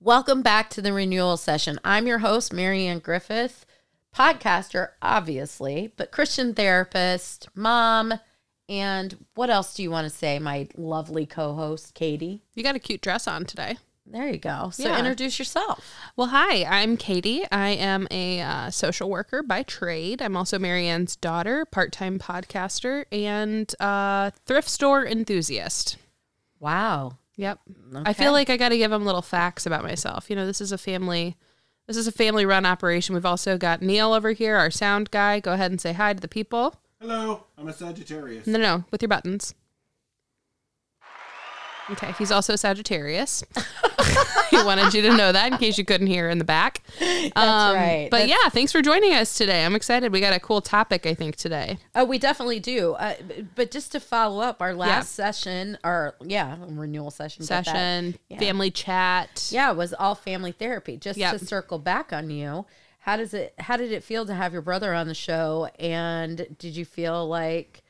Welcome back to the renewal session. I'm your host, Marianne Griffith, podcaster, obviously, but Christian therapist, mom, and what else do you want to say, my lovely co host, Katie? You got a cute dress on today. There you go. So Yeah. introduce yourself. Well, hi, I'm Katie. I am a uh, social worker by trade. I'm also Marianne's daughter, part time podcaster, and uh, thrift store enthusiast. Wow. Yep. I feel like I got to give them little facts about myself. You know, this is a family. This is a family run operation. We've also got Neil over here, our sound guy. Go ahead and say hi to the people. Hello, I'm a Sagittarius. No, no, no, with your buttons. Okay, he's also Sagittarius. he wanted you to know that in case you couldn't hear in the back. That's right. But yeah, thanks for joining us today. I'm excited. We got a cool topic, I think, today. Oh, we definitely do. Uh, b- but just to follow up, our last session, or yeah, renewal session, but that- Session, yeah. family chat. yeah, was all family therapy. Just Yep. to circle back on you, how does it? How did it feel to have your brother on the show? And did you feel like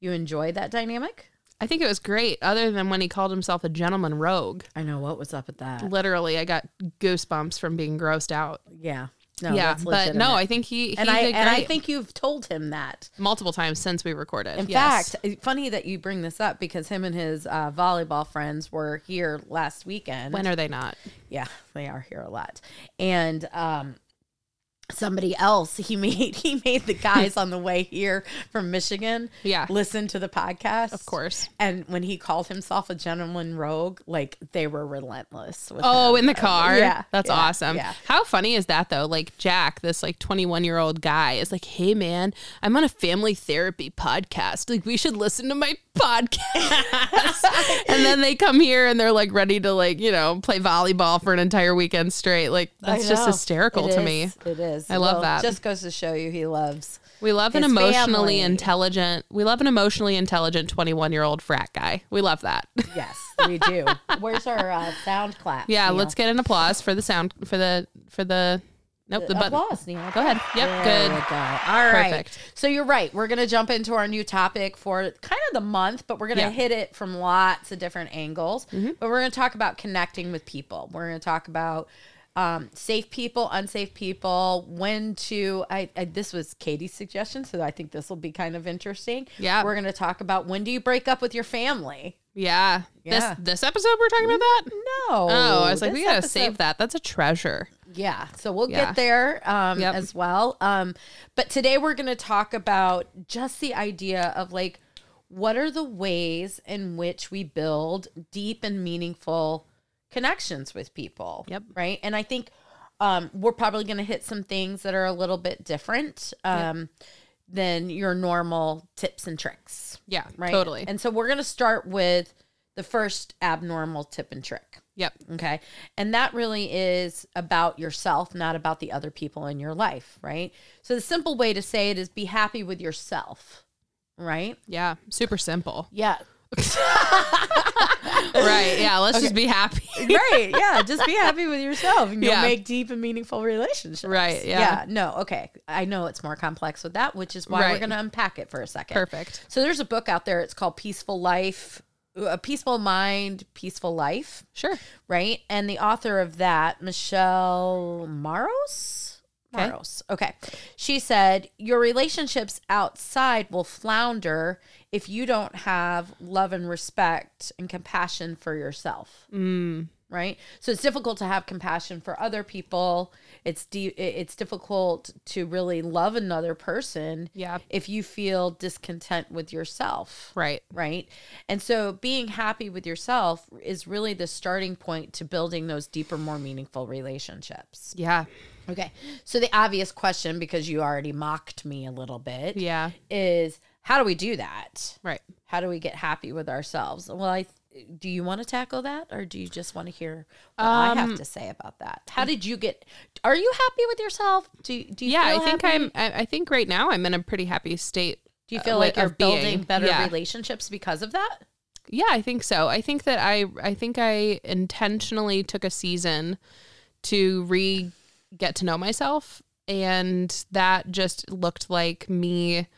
you enjoyed that dynamic? I think it was great, other than when he called himself a gentleman rogue. I know what was up with that. Literally, I got goosebumps from being grossed out. Yeah, no, yeah, that's but no, legitimate. I think he, he and I did and I great think you've told him that. multiple times since we recorded. In Yes. fact, it's funny that you bring this up because him and his uh, volleyball friends were here last weekend. when are they not? Yeah, they are here a lot. And um somebody else he made he made the guys on the way here from Michigan Yeah. listen to the podcast. Of course. And when he called himself a gentleman rogue, like they were relentless with Oh, him. in the car. yeah, That's yeah, awesome. yeah. How funny is that though? Like Jack, this like 21 year old guy is like, Hey man, I'm on a family therapy podcast. Like we should listen to my podcast. and then they come here and they're like ready to like, you know, play volleyball for an entire weekend straight. Like I that's just know. hysterical It to is, me. It is. I love Well, that. Just goes to show you he loves We love an His emotionally family. intelligent, we love an emotionally intelligent 21 year old frat guy. We love that. Yes, we do. Where's our uh, sound clap? yeah. Neil? Let's get an applause for the sound, for the, for the, nope, the, button. applause, Neil. Go ahead. Yep. There good. we go. All right. Perfect. So you're right. We're going to jump into our new topic for kind of the month, but we're going to Yeah. Mm-hmm. hit it from lots of different angles. But we're going to talk about connecting with people. We're going to talk about um, safe people, unsafe people, when to. I, I this was Katie's suggestion, so I think this will be kind of interesting. Yeah. We're going to talk about when do you break up with your family. Yeah. Yeah. This this episode we're talking about that? No. Oh, I was like, this we gotta episode- save that. That's a treasure. Yeah, so we'll Yeah. get there um, Yep. as well. Um, but today we're going to talk about just the idea of like, what are the ways in which we build deep and meaningful connections with people? Yep. Right. And I think um, we're probably going to hit some things that are a little bit different um, than your normal tips and tricks. Yeah. Right. Totally. And so we're going to start with the first abnormal tip and trick. yep. Okay. And that really is about yourself, not about the other people in your life, right? So the simple way to say it is be happy with yourself, right? Yeah. Super simple. Yeah. right. Yeah. Let's just be happy. right. Yeah. Just be happy with yourself and you'll Yeah. make deep and meaningful relationships. Right, yeah. No. Okay. I know it's more complex with that, which is why we're Right. going to unpack it for a second. Perfect. So there's a book out there. It's called Peaceful Life, A Peaceful Mind, Peaceful Life. Sure. right? And the author of that, Michelle Maros. Okay. Maros. Okay. She said, Your relationships outside will flounder if you don't have love and respect and compassion for yourself. Right? So it's difficult to have compassion for other people. It's de- it's difficult to really love another person Yeah. if you feel discontent with yourself Right. right? And so being happy with yourself is really the starting point to building those deeper, more meaningful relationships. Yeah. Okay. So the obvious question, because you already mocked me a little bit, Yeah. is how do we do that? Right. How do we get happy with ourselves? Well, I do you want to tackle that or do you just want to hear what I have to say about that? Um, How did you get are you happy with yourself? Do do you Yeah. feel I think happy? I'm I, I think right now I'm in a pretty happy state. do you uh, feel like of you're being. building better yeah. relationships because of that? Yeah, I think so. I think that I I think I intentionally took a season to re get to know myself and that just looked like me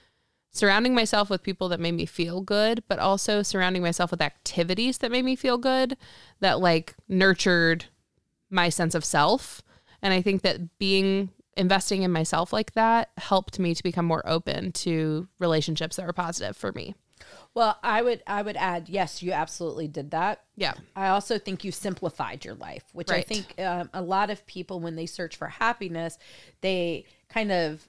surrounding myself with people that made me feel good, but also surrounding myself with activities that made me feel good that like nurtured my sense of self. And I think that being investing in myself like that helped me to become more open to relationships that were positive for me. Well, I would I would add yes, you absolutely did that. Yeah. I also think you simplified your life, which I Right. think um, a lot of people, when they search for happiness, they kind of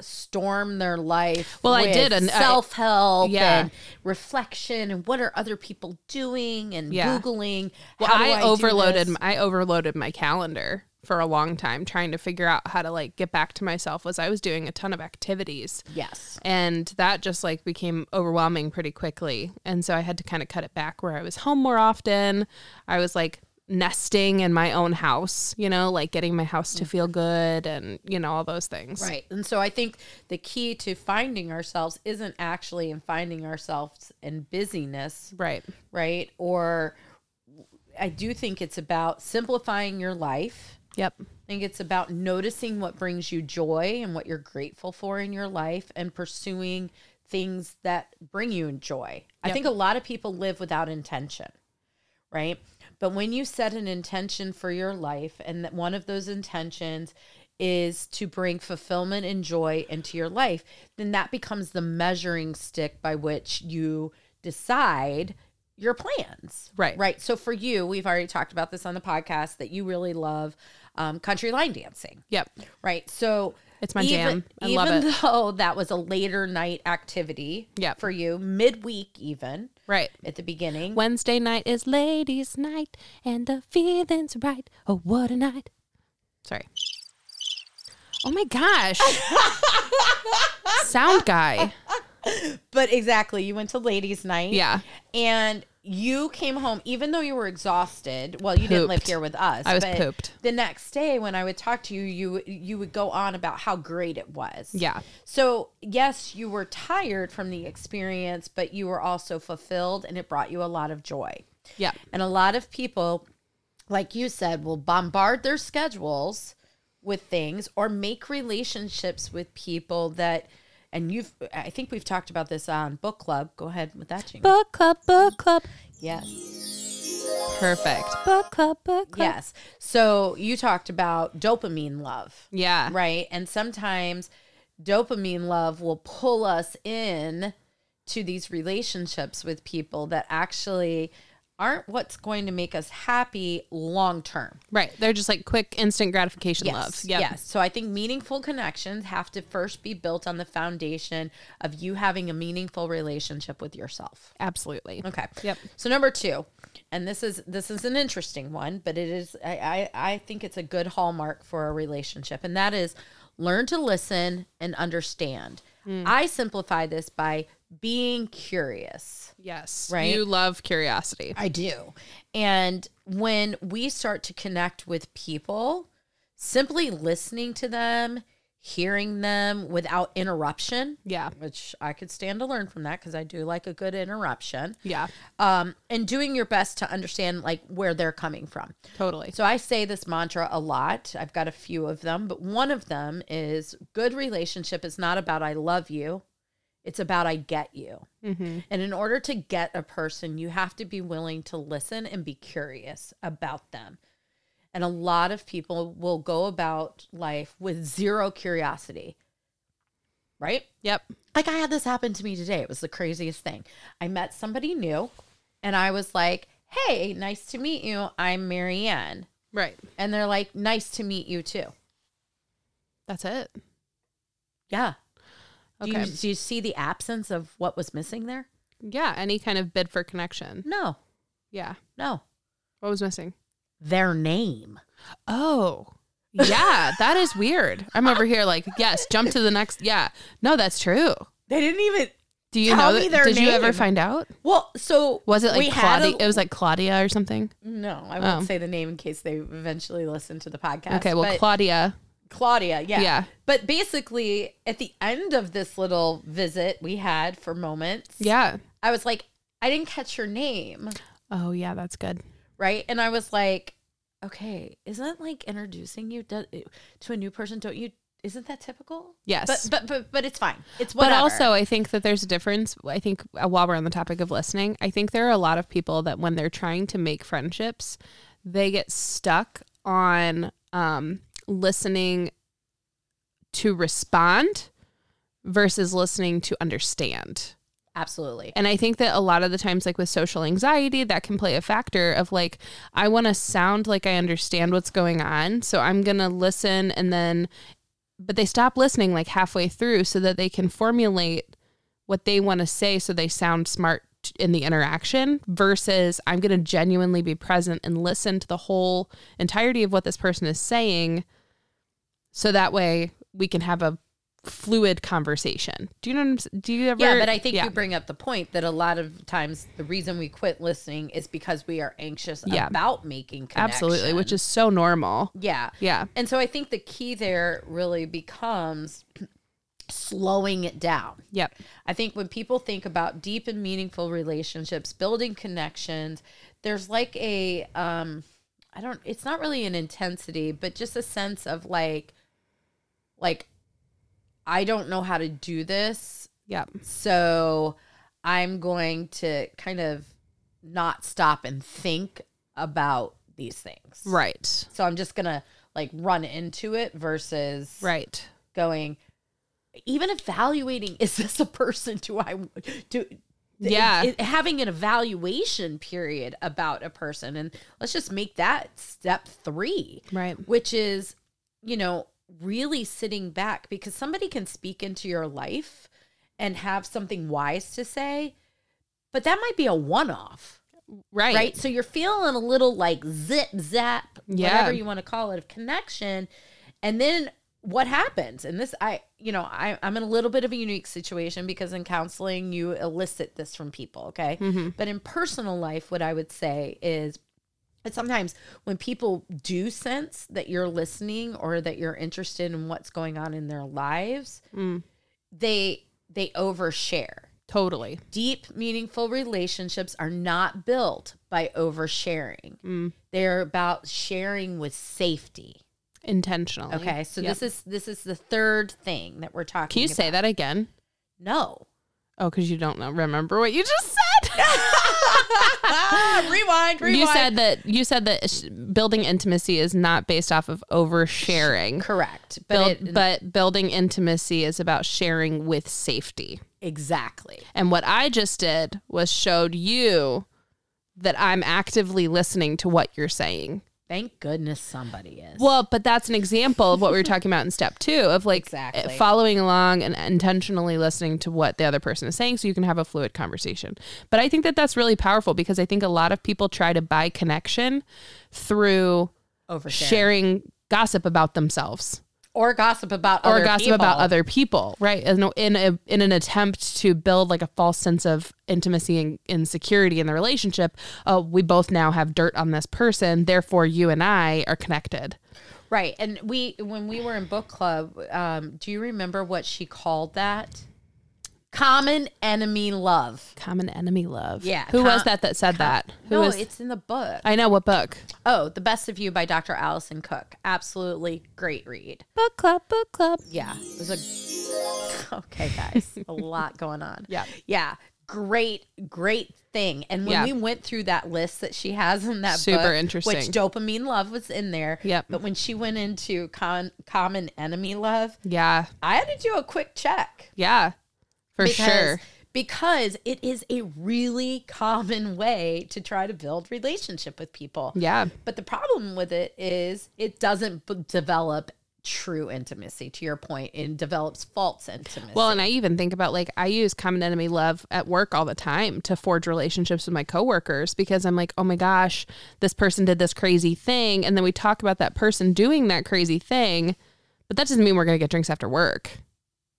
storm their life. Well, I did, and I- self help, Yeah. and reflection, and what are other people doing, and Yeah. googling. Well, how do I, do overloaded this? I overloaded my calendar for a long time trying to figure out how to like get back to myself was I was doing a ton of activities. yes, and that just like became overwhelming pretty quickly and so i had to kind of cut it back where i was home more often i was like nesting in my own house you know like getting my house to feel good and you know all those things Mm. right. And so I think the key to finding ourselves isn't actually in finding ourselves in busyness, right right? Or I do think it's about simplifying your life. yep I think it's about noticing what brings you joy and what you're grateful for in your life and pursuing things that bring you joy. I Yep. think a lot of people live without intention, right? But when you set an intention for your life and that one of those intentions is to bring fulfillment and joy into your life, then that becomes the measuring stick by which you decide your plans. Right. Right. So for you, we've already talked about this on the podcast that you really love um, country line dancing. yep Right. So It's my even, jam. I even love though that was a later night activity Yep. for you, midweek even right at the beginning. wednesday night is ladies night and the feeling's right oh what a night sorry oh my gosh sound guy but exactly, you went to ladies' night. yeah And you came home, even though you were exhausted. Well, you didn't live Pooped. here with us. I was but pooped. The next day, when I would talk to you, you you would go on about how great it was. yeah So, yes, you were tired from the experience, but you were also fulfilled and it brought you a lot of joy. yeah And a lot of people, like you said, will bombard their schedules with things or make relationships with people that, and you've, I think we've talked about this on book club. Go ahead with that, Jamie. book club book club yes. Perfect. Book club, book club. Yes. So, you talked about dopamine love. Yeah. right? And sometimes dopamine love will pull us in to these relationships with people that actually aren't what's going to make us happy long term. Right. They're just like quick, instant gratification love. Yes. Yep. Yes. So I think meaningful connections have to first be built on the foundation of you having a meaningful relationship with yourself. Absolutely. Okay. Yep. So number two, and this is this is an interesting one, but it is I I, I think it's a good hallmark for a relationship, and that is learn to listen and understand. Mm. I simplify this by being curious. Yes. Right. You love curiosity. I do. And when we start to connect with people, simply listening to them, hearing them without interruption, Yeah. which I could stand to learn from that because I do like a good interruption Yeah. um, and doing your best to understand like where they're coming from. Totally. So I say this mantra a lot. I've got a few of them, but one of them is good relationship is not about I love you. It's about I get you. And in order to get a person, you have to be willing to listen and be curious about them. And a lot of people will go about life with zero curiosity. Right? Yep. like I had this happen to me today. It was the craziest thing. I met somebody new and I was like, Hey, nice to meet you. I'm Marianne. Right. And they're like, Nice to meet you too. That's it. Yeah. Do, Okay. you, do you see the absence of what was missing there? Yeah. Any kind of bid for connection. No, Yeah. no. What was missing? Their name. Oh. Yeah. that is weird. I'm over here like, yes, jump to the next. Yeah. No, that's true. They didn't even. Do you Tell know me that- their Did you ever name. find out? Well, so Was it like we had Claudia? a- it was like Claudia or something. no, I won't Oh. say the name in case they eventually listen to the podcast. okay. Well, but- Claudia. Claudia, yeah. Yeah. But basically, at the end of this little visit we had for moments, Yeah. I was like, I didn't catch your name, Oh, yeah. That's good. right? And I was like, okay, isn't like introducing you to to a new person? Don't you? Isn't that typical? Yes. But but but but it's fine. It's But whatever. also, I think that there's a difference. I think uh, while we're on the topic of listening, I think there are a lot of people that when they're trying to make friendships, they get stuck on um, listening to respond versus listening to understand. Absolutely. And I think that a lot of the times, like with social anxiety, that can play a factor of like, I want to sound like I understand what's going on. So I'm going to listen and then, but they stop listening like halfway through so that they can formulate what they want to say so they sound smart t- in the interaction versus I'm going to genuinely be present and listen to the whole entirety of what this person is saying. So that way we can have a fluid conversation. Do you know what I'm s- Do you ever? Yeah, but I think Yeah. you bring up the point that a lot of times the reason we quit listening is because we are anxious Yeah. about making connections. Absolutely, which is so normal. yeah. Yeah. And so I think the key there really becomes slowing it down. Yep. I think when people think about deep and meaningful relationships, building connections, there's like a um I don't it's not really an intensity, but just a sense of like like I don't know how to do this, Yep. so I'm going to kind of not stop and think about these things. Right. So I'm just going to like run into it versus Right. going even evaluating is this a person do i do Yeah. it- having an evaluation period about a person and let's just make that step three Right. which is you know really sitting back because somebody can speak into your life and have something wise to say but that might be a one-off Right. right? So you're feeling a little like zip zap, Yeah. whatever you want to call it, of connection. And then what happens? And this, I, you know, I, I'm in a little bit of a unique situation because in counseling, you elicit this from people, okay? Mm-hmm. But in personal life, what I would say is, but sometimes when people do sense that you're listening or that you're interested in what's going on in their lives, Mm. they they overshare Totally. deep, meaningful relationships are not built by oversharing. Mm. They're about sharing with safety. Intentionally. Okay, so Yep. this is this is the third thing that we're talking. Can you about. say that again? No. Oh, because you don't know. Remember what you just said. Ah, rewind. Rewind. you said that. You said that sh- building intimacy is not based off of oversharing. correct, but Build, it- but building intimacy is about sharing with safety. exactly. And what I just did was showed you that I'm actively listening to what you're saying. Thank goodness somebody is. Well, but that's an example of what we were talking about in step two of like Exactly. following along and intentionally listening to what the other person is saying so you can have a fluid conversation. But I think that that's really powerful because I think a lot of people try to buy connection through Oversharing sharing gossip about themselves or gossip about or other gossip people. about other people, right? In, in, a, in an attempt to build like a false sense of intimacy and, and security in the relationship. Oh, we both now have dirt on this person. Therefore, you and I are connected. Right, and we when we were in book club, um, do you remember what she called that? Common enemy love. Common enemy love. Yeah, Who was com- that that said that? Who no, was? it's in the book. I know what book. oh, The Best of You by Dr. Allison Cook. Absolutely great read. Book club. Book club. Yeah. It was a Okay, guys. a lot going on. Yeah. Yeah. Great, great thing. And when Yeah. we went through that list that she has in that Super book, which interesting. dopamine love was in there. Yep. But when she went into con- common enemy love, Yeah. I had to do a quick check. Yeah. For sure. Because it is a really common way to try to build relationship with people. Yeah. But the problem with it is it doesn't b- develop true intimacy, to your point, and develops false intimacy. Well, and I even think about like I use common enemy love at work all the time to forge relationships with my coworkers because I'm like, oh my gosh, this person did this crazy thing, and then we talk about that person doing that crazy thing, but that doesn't mean we're gonna get drinks after work,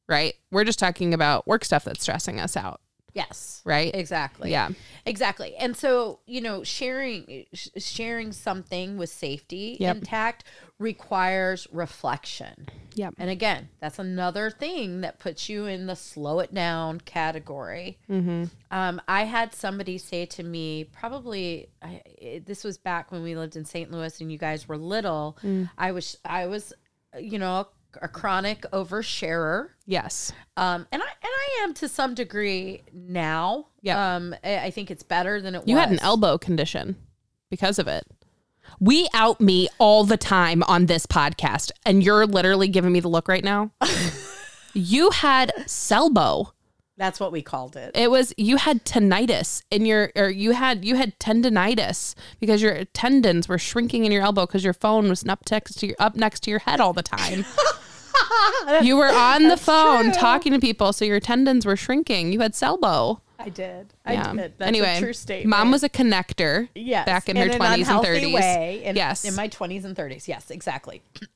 right? We're just talking about work stuff that's stressing us out, yes. right? Exactly. Yeah. Exactly. And so, you know, sharing sh- sharing something with safety Yep. intact requires reflection. Yep. And again, that's another thing that puts you in the slow it down category. Um, I had somebody say to me, probably I, it, this was back when we lived in St. Louis and you guys were little. I was, I was, you know, a, a chronic oversharer. Yes. Um, and I and I am to some degree now. Yeah. Um, I, I think it's better than it was. You had an elbow condition because of it. We out me all the time on this podcast, and you're literally giving me the look right now. you had Selbo. That's what we called it. It was you had tendinitis in your or you had you had tendinitis because your tendons were shrinking in your elbow because your phone was up next to your up next to your head all the time. you were on the phone true. talking to people, so your tendons were shrinking. You had Selbo. I did. Yeah. I did. That's anyway, a true statement. mom was a connector. yes, back in, her an twenties and unhealthy thirties. Way, in, yes, in my twenties and thirties. Yes, exactly.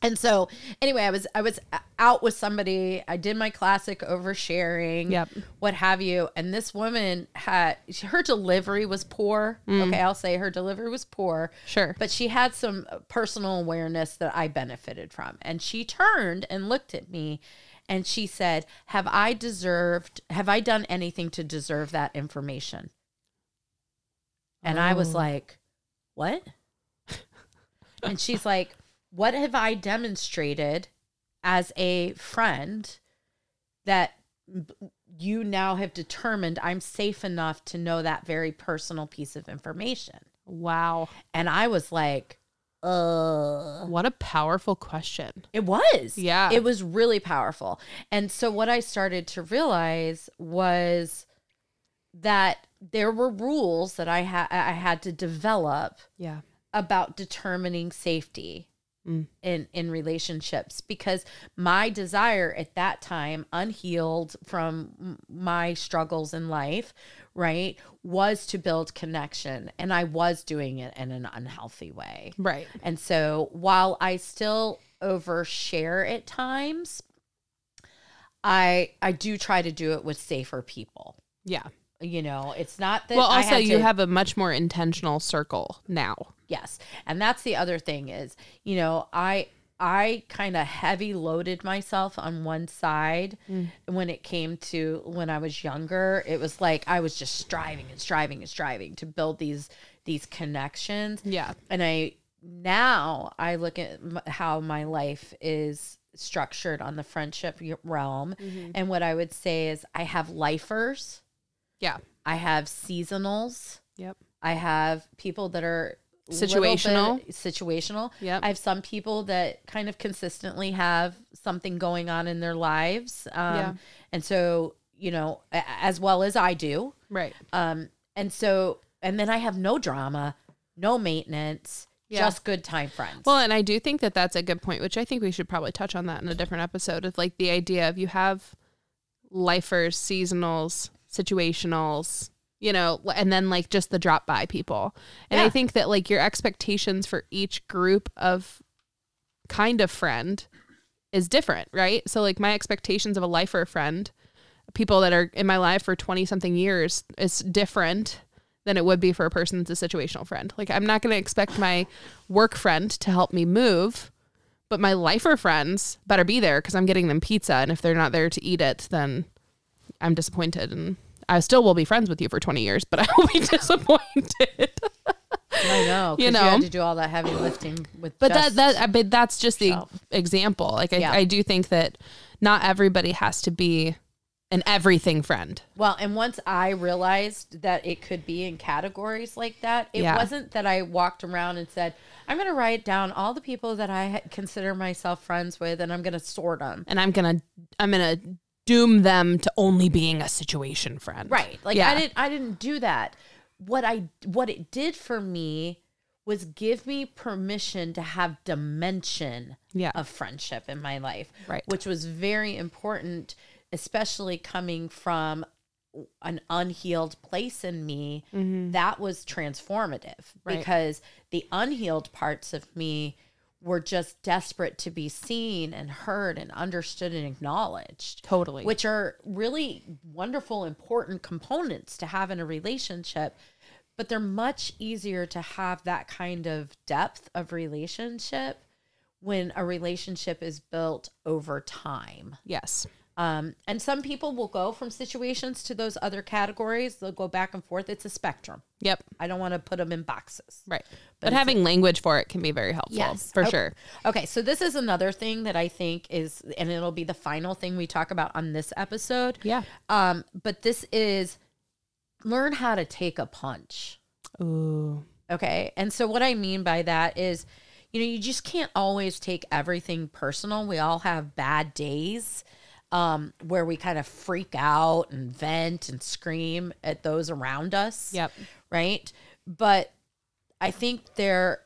And so, anyway, I was I was out with somebody. I did my classic oversharing, Yep. what have you. And this woman had her delivery was poor. Okay, I'll say her delivery was poor. Sure. but she had some personal awareness that I benefited from. And she turned and looked at me, and she said, "Have I deserved? Have I done anything to deserve that information?" And I was like, What? and she's like, What have I demonstrated as a friend that b- you now have determined I'm safe enough to know that very personal piece of information? wow, And I was like, uh what a powerful question. it was. Yeah. It was really powerful. And so what I started to realize was that there were rules that I had I had to develop Yeah, about determining safety Mm. in in relationships because my desire at that time unhealed from m- my struggles in life right was to build connection and I was doing it in an unhealthy way right. and so while I still overshare at times I I do try to do it with safer people Yeah. you know it's not that well, I also had you to- have a much more intentional circle now. Yes. And that's the other thing is, you know, I I kind of heavy loaded myself on one side when it came to when I was younger. It was like I was just striving and striving and striving to build these these connections. Yeah. And I now I look at m- how my life is structured on the friendship realm and what I would say is I have lifers, Yeah. I have seasonals, Yep. I have people that are little Situational. bit situational. Yep. I have some people that kind of consistently have something going on in their lives. Um, Yeah. And so, you know, a- as well as I do. Right. Um, and so, and then I have no drama, no maintenance, Yeah. just good time friends. Well, and I do think that that's a good point, which I think we should probably touch on that in a different episode of like the idea of you have lifers, seasonals, situationals, you know, and then like just the drop by people. And I Yeah. think that like your expectations for each group of kind of friend is different, right? So like my expectations of a lifer friend, people that are in my life for 20 something years is different than it would be for a person that's a situational friend. Like I'm not going to expect my work friend to help me move, but my lifer friends better be there cuz I'm getting them pizza and if they're not there to eat it then I'm disappointed and I still will be friends with you for 20 years, but I will be disappointed. I know, 'cause you you know. had to do all that heavy lifting with. But just, that that I but that's just the yourself. example. Like I, Yeah. I do think that not everybody has to be an everything friend. Well, and once I realized that it could be in categories like that, it Yeah. wasn't that I walked around and said, I'm going to write down all the people that I ha- consider myself friends with and I'm going to sort them. And I'm gonna I'm gonna doom them to only being a situation friend. Right. Like Yeah. I didn't I didn't do that. What I what it did for me was give me permission to have dimension Yeah. of friendship in my life, Right. which was very important especially coming from an unhealed place in me that was transformative Mm-hmm. Right. because the unhealed parts of me were just desperate to be seen and heard and understood and acknowledged Totally. which are really wonderful, important components to have in a relationship. But they're much easier to have that kind of depth of relationship when a relationship is built over time. yes. Um, and some people will go from situations to those other categories, they'll go back and forth. It's a spectrum. Yep. I don't want to put them in boxes. Right. But, having language for it can be very helpful. Yes. For Oh. sure. Okay, so this is another thing that I think is, and it'll be the final thing we talk about on this episode. Yeah. Um, but this is learn how to take a punch. Ooh. Okay. And so what I mean by that is, you know, you just can't always take everything personal. We all have bad days um, where we kind of freak out and vent and scream at those around us. Yep. Right. But I think there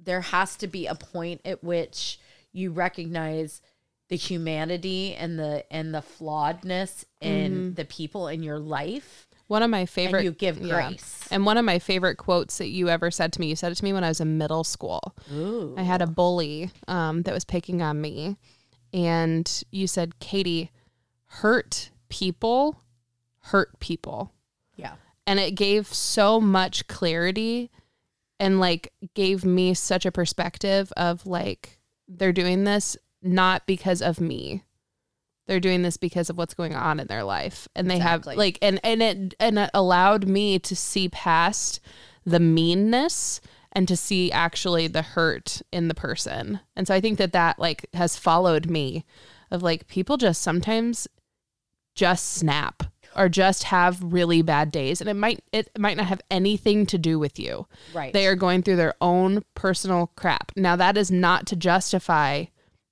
there has to be a point at which you recognize the humanity and the and the flawedness in Mm-hmm. the people in your life One of my favorite. you give yeah. grace. And one of my favorite quotes that you ever said to me, you said it to me when I was in middle school. I had a bully um, that was picking on me. And you said, Katie, hurt people, hurt people. yeah and it gave so much clarity and like gave me such a perspective of like they're doing this not because of me they're doing this because of what's going on in their life and they Exactly. have like and and it and it allowed me to see past the meanness and to see actually the hurt in the person and so i think that that like has followed me of like people just sometimes just snap or just have really bad days and it might it might not have anything to do with you right they are going through their own personal crap now that is not to justify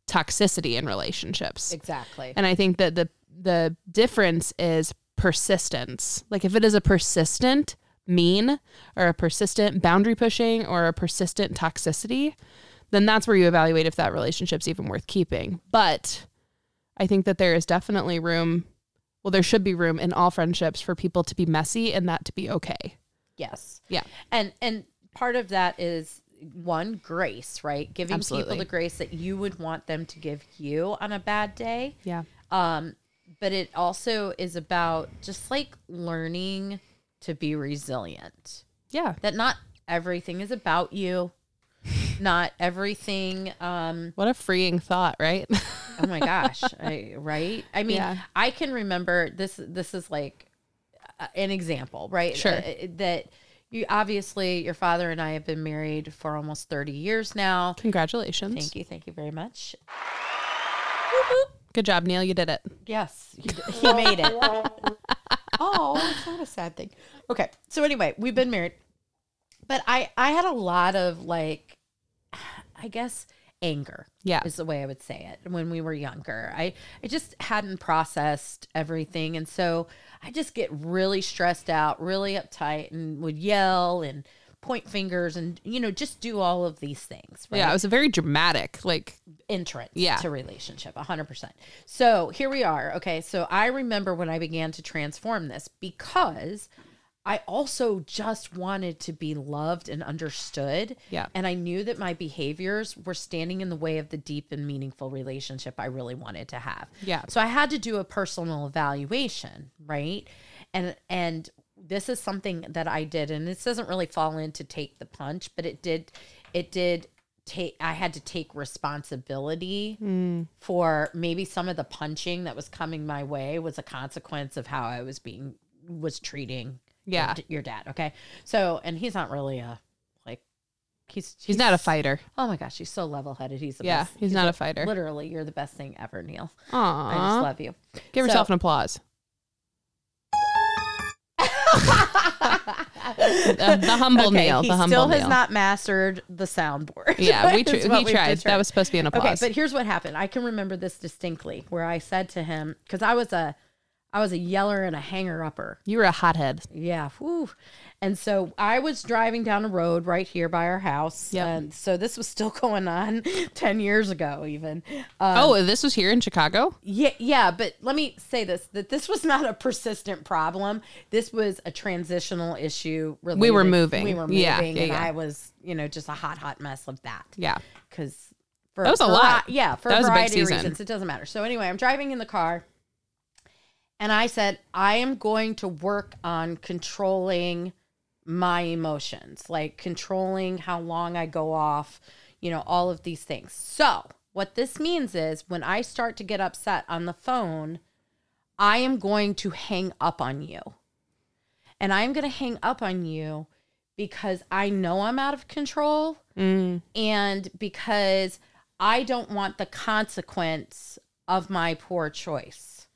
toxicity in relationships exactly and i think that the the difference is persistence like if it is a persistent mean or a persistent boundary pushing or a persistent toxicity then that's where you evaluate if that relationship's even worth keeping but i think that there is definitely room well there should be room in all friendships for people to be messy and that to be okay yes yeah and and part of that is one grace right giving Absolutely. people the grace that you would want them to give you on a bad day yeah um but it also is about just like learning to be resilient yeah that not everything is about you not everything um what a freeing thought right oh my gosh I, right i mean Yeah. i can remember this this is like uh, an example right Sure. Uh, uh, that you obviously your father and i have been married for almost 30 years now congratulations thank you thank you very much good job neil you did it yes he, d- he made it oh it's not a sad thing okay so anyway we've been married but i i had a lot of like i guess anger yeah is the way I would say it when we were younger. I, I just hadn't processed everything. And so I just get really stressed out, really uptight, and would yell and point fingers and, you know, just do all of these things. Right? yeah it was a very dramatic like entrance Yeah. to relationship 100% so here we are okay so i remember when i began to transform this because i also just wanted to be loved and understood Yeah. and i knew that my behaviors were standing in the way of the deep and meaningful relationship i really wanted to have Yeah. so i had to do a personal evaluation right and and this is something that i did and this doesn't really fall into take the punch but it did it did take i had to take responsibility Mm. for maybe some of the punching that was coming my way was a consequence of how i was being was treating Yeah. your, d- your dad okay so and he's not really a like he's He's not a fighter. oh my gosh he's so level-headed he's the Yeah, best he's not a fighter. literally you're the best thing ever neil i just Aw. love you Give so- yourself an applause. Uh, the humble Okay, Neil. He The humble still has Neil. not mastered the soundboard. yeah, we tr- Is what he we've tried. That determined. was supposed to be an okay. applause. But here's what happened. I can remember this distinctly, where I said to him, because I was a, I was a yeller and a hanger upper. you were a hothead. Yeah. Whew. And so I was driving down a road right here by our house. Yep. And so this was still going on ten years ago, even. oh, this was here in Chicago? Yeah, yeah, but let me say this: that this was not a persistent problem. This was a transitional issue. Related. were moving. We were moving, Yeah, yeah, and yeah. I was, you know, just a hot, hot mess of that. Yeah. because for That was a for- lot. Yeah, for That a was a big variety of season. reasons, it doesn't matter. So anyway, I'm driving in the car, and I said, I am going to work on controlling my emotions, like controlling how long I go off, you know, all of these things. So, what this means is when I start to get upset on the phone, I am going to hang up on you. And I'm going to hang up on you because I know I'm out of control and because I don't want the consequence of my poor choice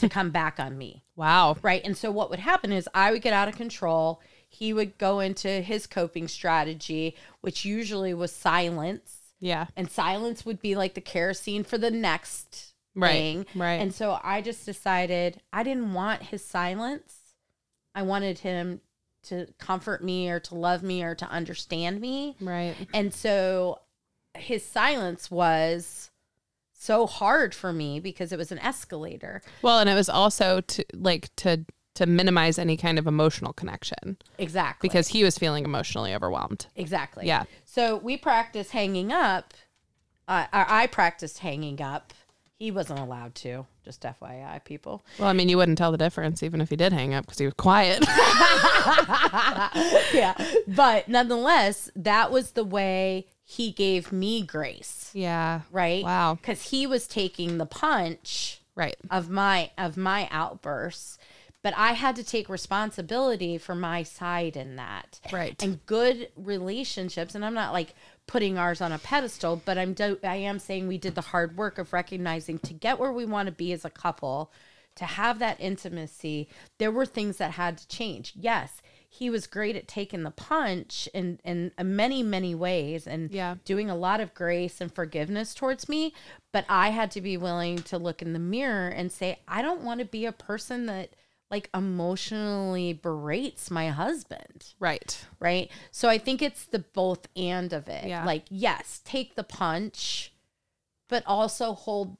to come back on me. Wow. Right. And so what would happen is I would get out of control. he would go into his coping strategy, which usually was silence. Yeah. And silence would be like the kerosene for the next Right, thing. right. And so I just decided I didn't want his silence. I wanted him to comfort me or to love me or to understand me. Right. And so his silence was so hard for me because it was an escalator. Well, and it was also to like to to minimize any kind of emotional connection Exactly. because he was feeling emotionally overwhelmed. exactly. Yeah. So we practiced hanging up. Uh, or I practiced hanging up. He wasn't allowed to. Just FYI, people. Well, I mean, you wouldn't tell the difference even if he did hang up because he was quiet. yeah. But nonetheless, that was the way he gave me grace, yeah. right? Wow. Cuz he was taking the punch Right. of my of my outbursts, but I had to take responsibility for my side in that. Right. And good relationships and I'm not like putting ours on a pedestal, but I'm do- I am saying we did the hard work of recognizing to get where we want to be as a couple, to have that intimacy, there were things that had to change. Yes, he was great at taking the punch in in many many ways and Yeah. doing a lot of grace and forgiveness towards me, but I had to be willing to look in the mirror and say, I don't want to be a person that like emotionally berates my husband, Right. right? So I think it's the both and of it. Yeah. Like, yes, take the punch, but also hold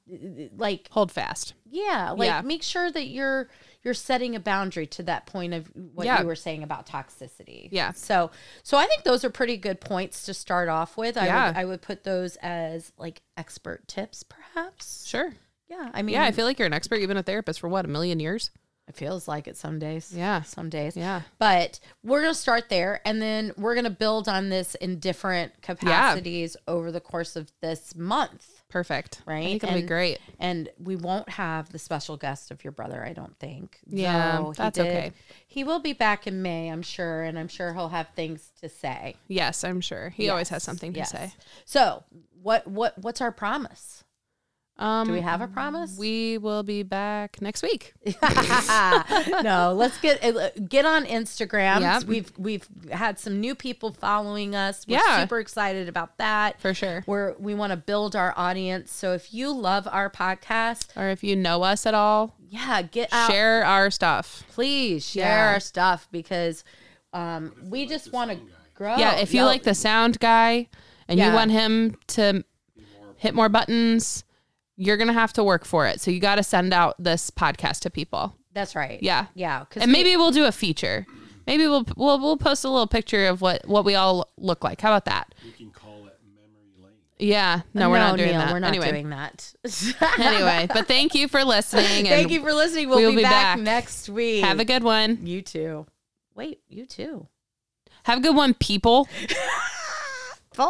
like Hold fast. yeah, like Yeah. make sure that you're you're setting a boundary to that point of what Yeah. you were saying about toxicity. Yeah. So so I think those are pretty good points to start off with. I Yeah. would I would put those as like expert tips perhaps. Sure. Yeah. I mean Yeah, I feel like you're an expert. You've been a therapist for what, a million years? it feels like it some days. Yeah. Some days. Yeah. But we're gonna start there and then we're gonna build on this in different capacities over the course of this month. Perfect. Right. I think it'll be And- great. And we won't have the special guest of your brother, I don't think. Yeah, Though he that's okay. He will be back in May, I'm sure, and I'm sure he'll have things to say. Yes, I'm sure. He always has Yes, something to yes. say. So, what what what's our promise? Um, Do we have a promise? We will be back next week. Ah, no, let's get uh, get on Instagram. Yep. We've we've had some new people following us. We're Yeah. super excited about that. For sure. We're we want to build our audience. So if you love our podcast, Or if you know us at all, yeah, get out share our stuff. please share Yeah. our stuff because um, we just want to grow. yeah, if you Yo, like the sound guy and oh, Yeah. you want him to hit more buttons, you're going to have to work for it. So you got to send out this podcast to people. that's right. Yeah. yeah, 'cause And we- maybe we'll do a feature. Maybe we'll we'll we'll post a little picture of what what we all look like. How about that? You can call it memory lane. Yeah. No, we're not doing Neil, that. We're not anyway. doing that. anyway, but thank you for Thank listening. and you for listening. We'll, we'll be, be back, back. next week. Have a good one. you too. Wait, you too. Have a good one, people.